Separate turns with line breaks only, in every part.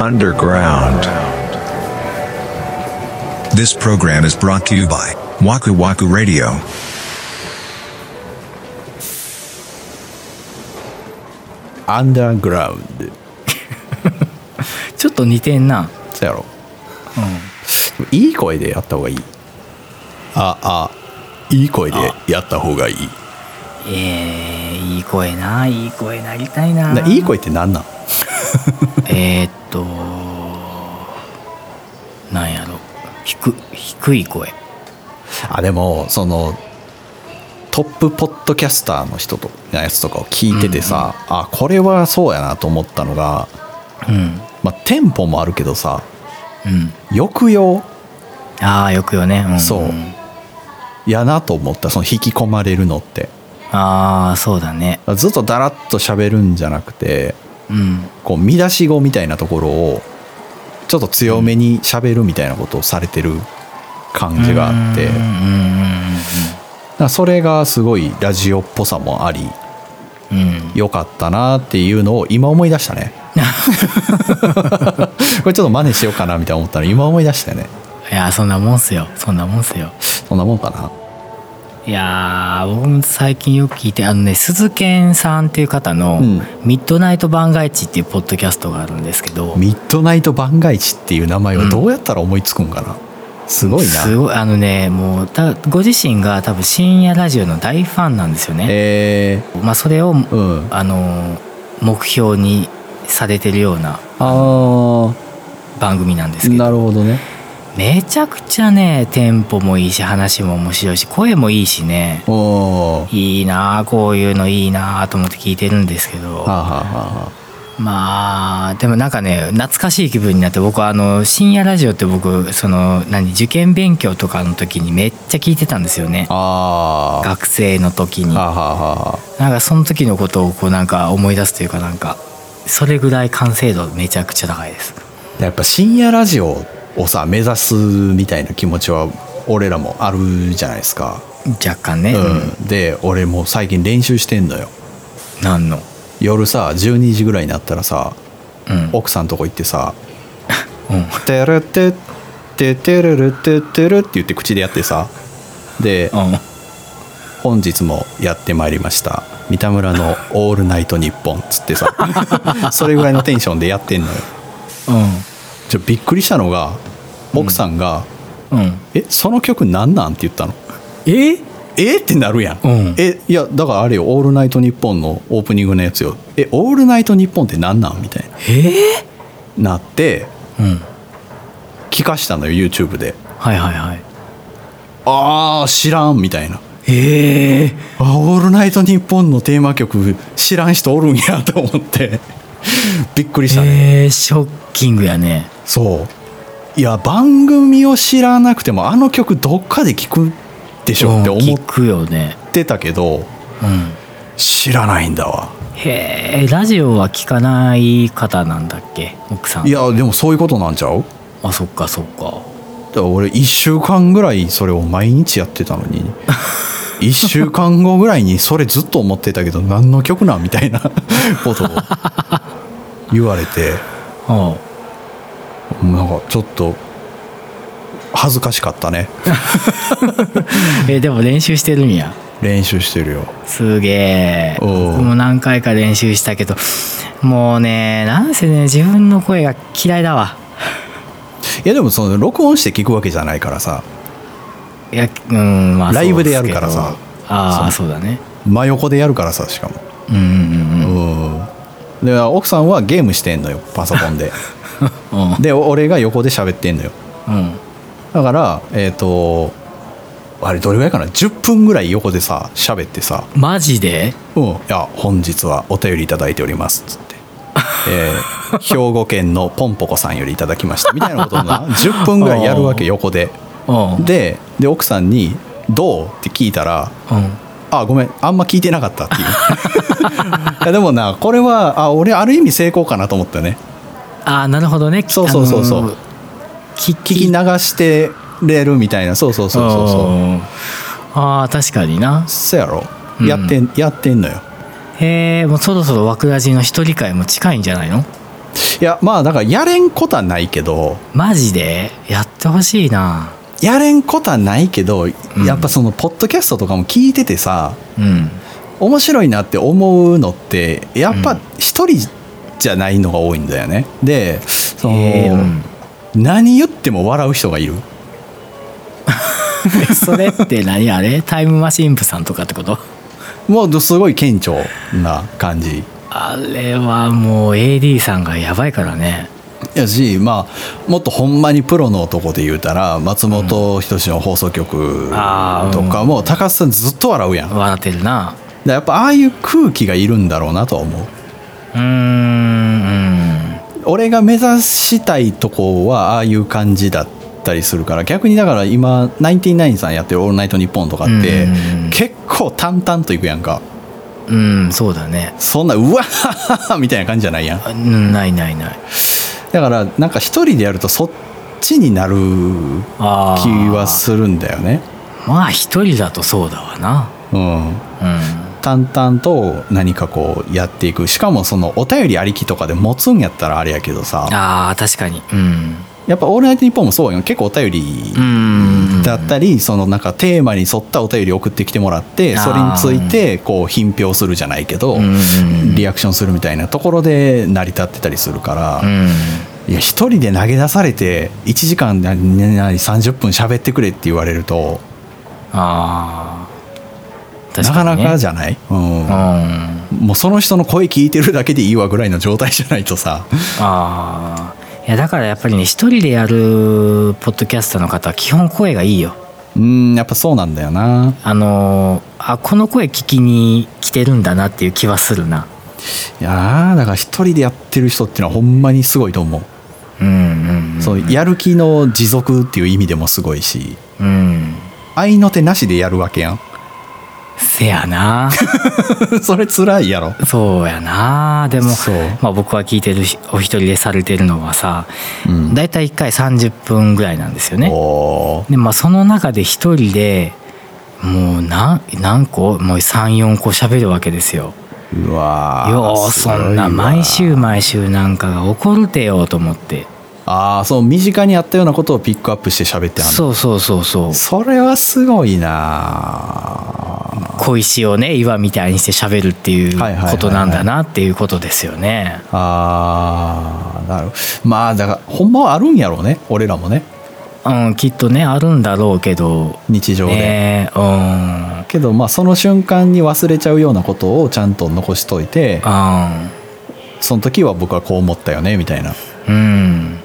underground.
This program is brought to you by Waku Waku Radio.
アンダーグラウンド
ちょっと似てんな
そうやろうんいい声でやった方がいいああいい声でやった方がいい
えー、いい声ないい声なりたいな
ないい声って何なん
えー、っとなんやろ低低い声
あでもそのトップポッドキャスターの人とのやつとかを聞いててさ、あこれはそうやなと思ったのが、
うん
まあ、テンポもあるけどさ
うん
抑揚
ああよくよね、ん
そうんやなと思ったその引き込まれるのって
ああそうだね
ずっとだらっと喋るんじゃなくて
うん
こう見出し語みたいなところをちょっと強めに喋るみたいなことをされてる感じがあって
うんうん
だからそれがすごいラジオっぽさもあり
うんうんうん
良かったなっていうのを今思い出した ねこれちょっと真似しようかなみたいな思ったら今思い出したよね
いやーそんなもんすよそんなもんすよ
そんなもんかない
やー僕も最近よく聞いてあのね鈴賢さんっていう方の
うん
「ミッドナイト番外地」っていうポッドキャストがあるんですけど、
ミッドナイト番外地っていう名前をどうやったら思いつくんかな、すごいな
すごいあのねもうたご自身が多分深夜ラジオの大ファンなんですよね、
え
まあ、それを、
ー、うんあ
あの目標にされてるような
あ
番組なんです
ー
けど
なるほどね
めちゃくちゃねテンポもいいし話も面白いし声もいいしね
おー
いいなあこういうのいいなあと思って聞いてるんですけど
はあ、はあはあはあ
まあでもなんかね懐かしい気分になって僕はあの深夜ラジオって僕その何受験勉強とかの時にめっちゃ聞いてたんですよね
あー
学生の時
は
にな
あはあはあ
んかその時のことをこうなんか思い出すというかなんかそれぐらい完成度めちゃくちゃ高いです
やっぱ深夜ラジオをさ目指すみたいな気持ちは俺らもあるじゃないですか、
若干ね、うん
うん、で俺もう最近練習してんのよ
なんの
夜さ12時ぐらいになったらさ
うん
奥さんとこ行ってさ
うん
「テレテテテレレテテレ」って言って口でやってさで
うん
「本日もやってまいりました三田村のオールナイトニッポン」っつっ てさそれぐらいのテンションでやってんのよちょびっくりしたのが奥さんが
うんうん
「えその曲なんなん?」って言ったの
え
えってなるやん、
うん
えいやだからあれよ「オールナイトニッポン」のオープニングのやつよ「えオールナイトニッポン」って何なんみたい
え
ななって
うん
聞かしたのよ YouTube で
はいはいはい
「ああ知らん」みたいな
ええ
「あオールナイトニッポン」のテーマ曲知らん人おるんやと思って びっくりしたね、
えー、ショッキングやね
そういや番組を知らなくてもあの曲どっかで聞くでしょって
うん
思っ
聞くよね
てたけど
うん
知らないんだわ
へえラジオは聞かない方なんだっけ奥さん
いやでもそういうことなんちゃう
あそっかそっか
だから俺1週間ぐらいそれを毎日やってたの に1週間後ぐらいにそれずっと思ってたけど何の曲なんみたいな ことを言われて
うん
なんかちょっと恥ずかしかったね
えでも練習してるんや
練習してるよ
すげえ
おう
僕も何回か練習したけどもうねなんせね自分の声が嫌いだわ
いやでもその録音して聞くわけじゃないからさ
いやうんまあ
ライブで
そうすけど
やるからさ
ああそうだね
真横でやるからさしかも
うんうん
うんで奥さんはゲームしてんのよパソコンで
うんうん
で俺が横で喋ってんのよ
うん
だからえっ、とあれどれぐらいかな10分ぐらい横でさ喋ってさ
マジで
「うんいや本日はお便りいただいております」っつって、えー兵庫県のポンポコさんよりいただきました」みたいなことをな10分ぐらいやるわけ横で
うん
でで奥さんに「どう?」って聞いたら
うん
あごめんあんま聞いてなかったっていう いやでもなこれはあ俺ある意味成功かなと思ったね
ああなるほどね
そうそうそうそう
あのー聞
聞き流してれるみたいなそうそうそうそうそう
うああ確かにな
そやろ、
うん
やってんやってんのよ
へえもうそろそろ枠ラジの一人会も近いんじゃないの
いいやまあだからやれんことはないけど
マジでやってほしいな
やれんことはないけど、やっぱそのポッドキャストとかも聞いててさ
うん
面白いなって思うのってやっぱ一人じゃないのが多いんだよねでその、
えーうん
何言っても笑う人がいる
えそれって何あれタイムマシン部さんとかってこと
もうすごい顕著な感じ
あれはもう AD さんがやばいからね
やし、まあ、もっとほんまにプロの男で言うたら松本人志の放送局と
あーうん
かも高須さんずっと笑うやんだか
笑ってるな
らやっぱああいう空気がいるんだろうなとは思う
うーん
俺が目指したいとこはああいう感じだったりするから逆にだから今ナインティナインさんやってる「オールナイトニッポン」とかって
うん
結構淡々といくやんか
うんうんそうだね
そんなうわっ みたいな感じじゃないやん
うんないないない
だからなんか一人でやるとそっちになる
あー
気はするんだよね
まあ一人だとそうだわな
うん
うん
淡々と何かこうやっていくしかもそのお便りありきとかで持つんやったらあれやけどさ
あー確かにうん
やっぱ「オールナイトニッポン」もそうやん結構お便り
うん
だったりそのなんかテーマに沿ったお便り送ってきてもらって
あー
それについてこう品評するじゃないけど
うんうんうん
リアクションするみたいなところで成り立ってたりするから
うん
いや一人で投げ出されて1時間なな30分喋ってくれって言われると
ああ
なかなかじゃない、うん
うん
もうその人の声聞いてるだけでいいわぐらいの状態じゃないとさ
ああいやだからやっぱりね一人でやるポッドキャスターの方は基本声がいいよ
うんやっぱそうなんだよな
あのーあこの声聞きに来てるんだなっていう気はするない
やーだから一人でやってる人っていうのはほんまにすごいと思う
うんうんうん
そのやる気の持続っていう意味でもすごいし
うん
合いの手なしでやるわけやん
せやな
それ辛いやろ
そうやなでも
そう
まあ、僕は聞いてるひお一人でされてるのはさ
うん
大体、一1回30分ぐらいなんですよね
おー
でまあその中で一人でもう何何個もう34個喋るわけですよ
うわー
ようそんな
すごいわ
毎週毎週なんかが起こるてよと思って
ああそう身近にあったようなことをピックアップして喋ってはんの
そうそうそうそう
それはすごいな
小石をね岩みたいにして喋るっていう
はいはいはいはい
ことなんだなっていうことですよね
あーなるまあだからほんまはあるんやろうね俺らもね
うんきっとねあるんだろうけど
日常で、
ねうん
けどまあその瞬間に忘れちゃうようなことをちゃんと残しといてその時は僕はこう思ったよねみたいな
うん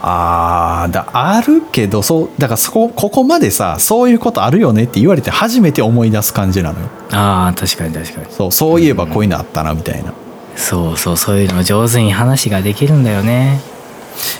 あーだあるけどそうだからそこここまでさそういうことあるよねって言われて初めて思い出す感じなのよ
ああ確かに確かに
そうそういえばこういうのあったなみたいな、
そうそうそういうの上手に話ができるんだよね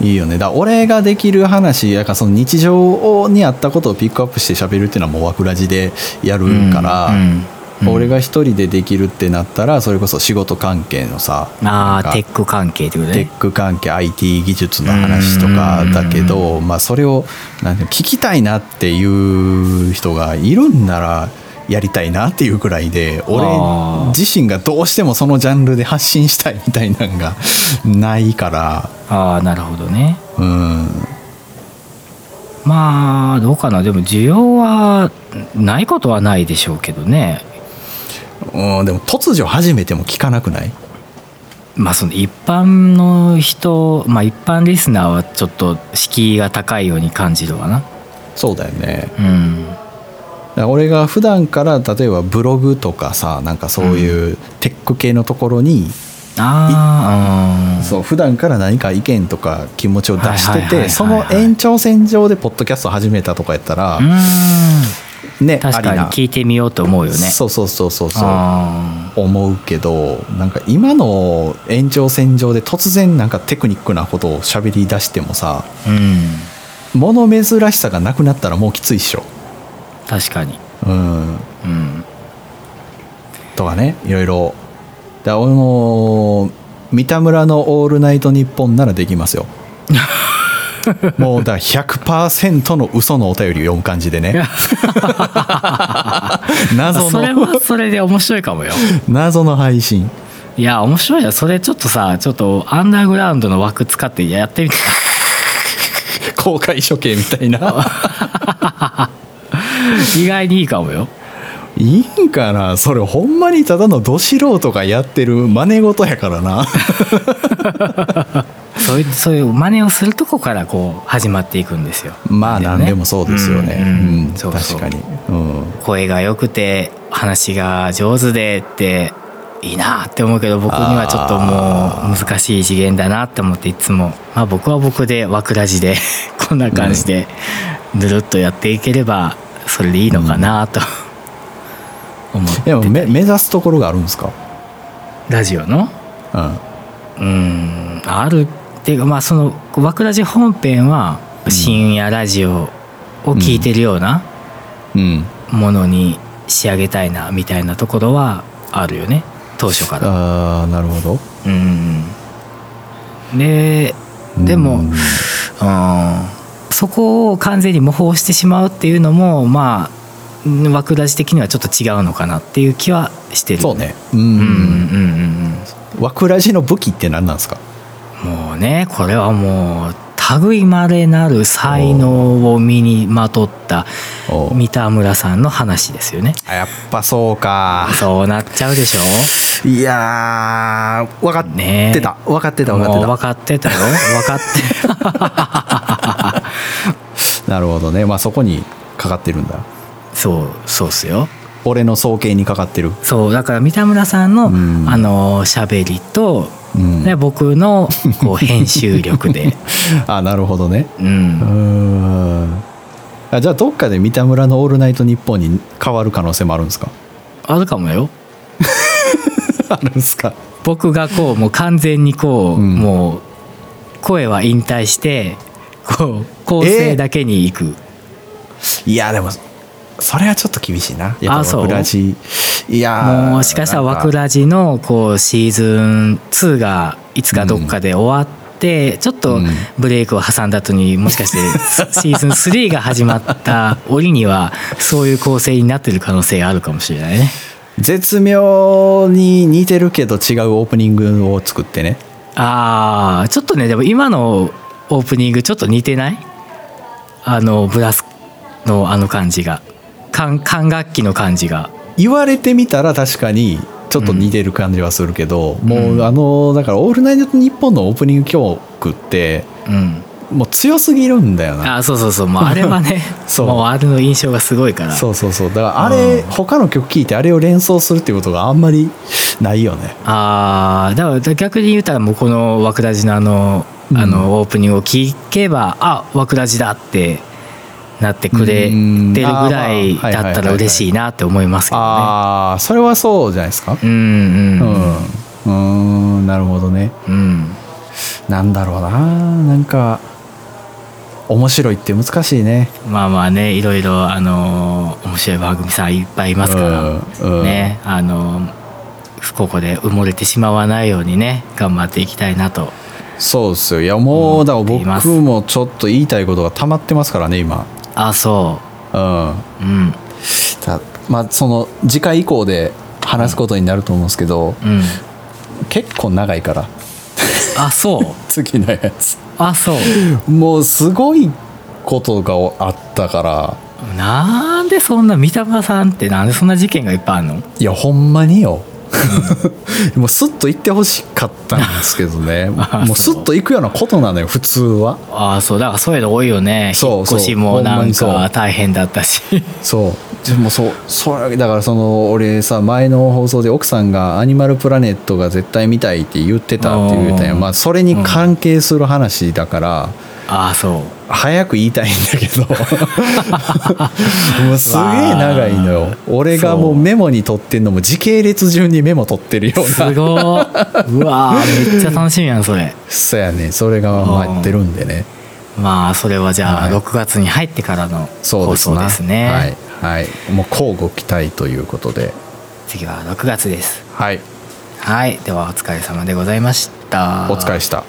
いいよねだから俺ができる話だからその日常にあったことをピックアップして喋るっていうのはもう枠ラジでやるから、
うんうん
俺が一人でできるってなったらそれこそ仕事関係のさ
あ
なんか
あテック関係ってこと
テ
ね
ック関係 IT 技術の話とかだけ
うん
ど、まあ、それをなんていうの聞きたいなっていう人がいるんならやりたいなっていうくらいで俺
あー
自身がどうしてもそのジャンルで発信したいみたいなのがないから
ああなるほどね
うん
まあどうかなでも需要はないことはないでしょうけどね
うんでも突如始めても聞かなくない
まあその一般の人まあ一般リスナーはちょっと敷居が高いように感じるわな
そうだよね
うん
だから俺が普段から例えばブログとかさなんかそういうテック系のところに
ああ
そう普段から何か意見とか気持ちを出し
はいはい
て
は
て
いはいはい
その延長線上でポッドキャストを始めたとかやったら
うんうん
ね
確かに
あ
聞
り
いてみようと思うよ
な
ね
そうそうそうそうそう
あ
思うけどなんか今の延長線上で突然なんかテクニックなことを喋り出してもさ
ーうん
物珍しさがなくなったらもうきついっしょ
確かに
うん
うん
とかねいろいろだから俺も三田村の「オールナイトニッポン」ならできます よもうだから100%の嘘のお便りを読む感じで ね謎
それ
の
はそれで面白いかもよ
謎の配信
いいや面白いなそれちょっとさちょっとアンダーグラウンドの枠使ってやって みて
公開処刑みたいな
意外にいいかもよ
いいんかなそれほんまにただのど素人がやってる真似事やから な
そういうそういう真似をするとこからこう始まっていくんですよ
まあ何でもそうですよね
うんうん
うん
そうそう
確かに、うん、
声が良くて話が上手でっていいなって思うけど僕にはちょっともう難しい次元だなって思っていつも、まあ、僕は僕で枠ラジで こんな感じでぬるっとやっていければそれでいいのかなと思っ
でも
て
め目指すところがあるんですか、
ラジオの
うん、
うんあるっていうかまあその枠ラジ本編は深夜ラジオを聞いてるような
うん、
ものに仕上げたいなみたいなところはあるよね当初から。
ああなるほど
うんででも、うん、そこを完全に模倣してしまうっていうのもまあうん枠立ち的にはちょっと違うのかなっていう気はしてる
そうねうん、
うんうんうん
枠ラジの武器って何なんですか
うんもうねこれはもう類まれなる才能を身にまとった
おう
三田村さんの話ですよね
あやっぱそうか
そうなっちゃうでしょ
いやー分かっ
ねえ
てた分かってた分
もう
か
分
って
かってたよ分かって
たなるほどねまあそこにかかってるんだ
そうそうっすよ
俺の総計にかかって る
そうだから三田村さんの、
うん
あの喋りと、
うん
ね僕の こう編集力で、
あなるほどね
う
うー
ん、
んあじゃあどっかで三田村の「オールナイトニッポン」に変わる可能性もあるんですか
あるかもよ
あるんですか
僕がこうもう完全にこう、
うん
もう声は引退してこう構成だけに行く、
いやでもそれはちょっと厳しいなやっぱ
あそう
枠ラジいやー
もしかしたら
なん
枠ラジのこうシーズン2がいつかどっかで終わって、ちょっと
うん
ブレイクを挟んだ後にもし かしてシーズン3が始まった折にはそういう構成になってる可能性があるかもしれないね。
絶妙に似てるけど違うオープニングを作ってね
あーちょっとねでも今のオープニングちょっと似てないあのブラスのあの感じが管管楽器の感じが
言われてみたら確かにちょっと似てる感じはするけど、もうあのだから「オールナイトニッポン」のオープニング曲って
うん
もう強すぎるんだよな
あーそうそうそうもうあれはね
そう
もうあれの印象がすごいから
そうそうそうだからあれ、
うん
他の曲聴いてあれを連想するっていうことがあんまりないよね
あーだから逆に言うたらもうこの枠ラジのあの,、あのオープニングを聞けばあ枠ラジだってなってくれてるぐらいだったら嬉しいなって思いますけどね。
ああそれはそうじゃないですか
うん
う
うん
んうんんなるほどね
うん
なんだろうななんか面白いって難しいね
まあまあねいろいろあの面白い番組さんいっぱいいますか
うんう
ら
ん
ねあのここで埋もれてしまわないようにね頑張っていきたいなと
そうですよいやもうだから
思っています
僕もちょっと言いたいことが溜まってますからね今
あそ
うん
ううん
たまあその次回以降で話すことになると思うんですけど、
うん
結構長いから
あそう
次のやつ
あ そう
もうすごいことがあったから
なんでそんな三田村さんってなんでそんな事件がいっぱいあるの
いやほんまによ もうスッと行ってほしかったんですけど ね
あ
もうス
そう
ッと行くようなことなのよ普通は
ああそうだからそういうの多いよね
そう
引っ越しも
そうほん
な
ま
ん
にそう
か大変だったし
そうでもそうそれだからその俺さ前の放送で奥さんが「アニマルプラネット」が絶対見たいって言ってたって言うたんや
うん
まあそれに関係する話だから、
ああそう
早く言いたいんだけ どもうすげえ長いのよ俺がもうメモに取ってんのも時系列順にメモ取ってるよう
す
な
ごーうわーめっちゃ楽しみやんそれ
そうやねそれが待ってるんでね
まあそれはじゃあ
はい
6月に入ってからの
そう
放
です
送
な
ですね、
はい、はい、もう交互期待ということで
次は6月です
はい
はいではお疲れ様でございました
お疲れした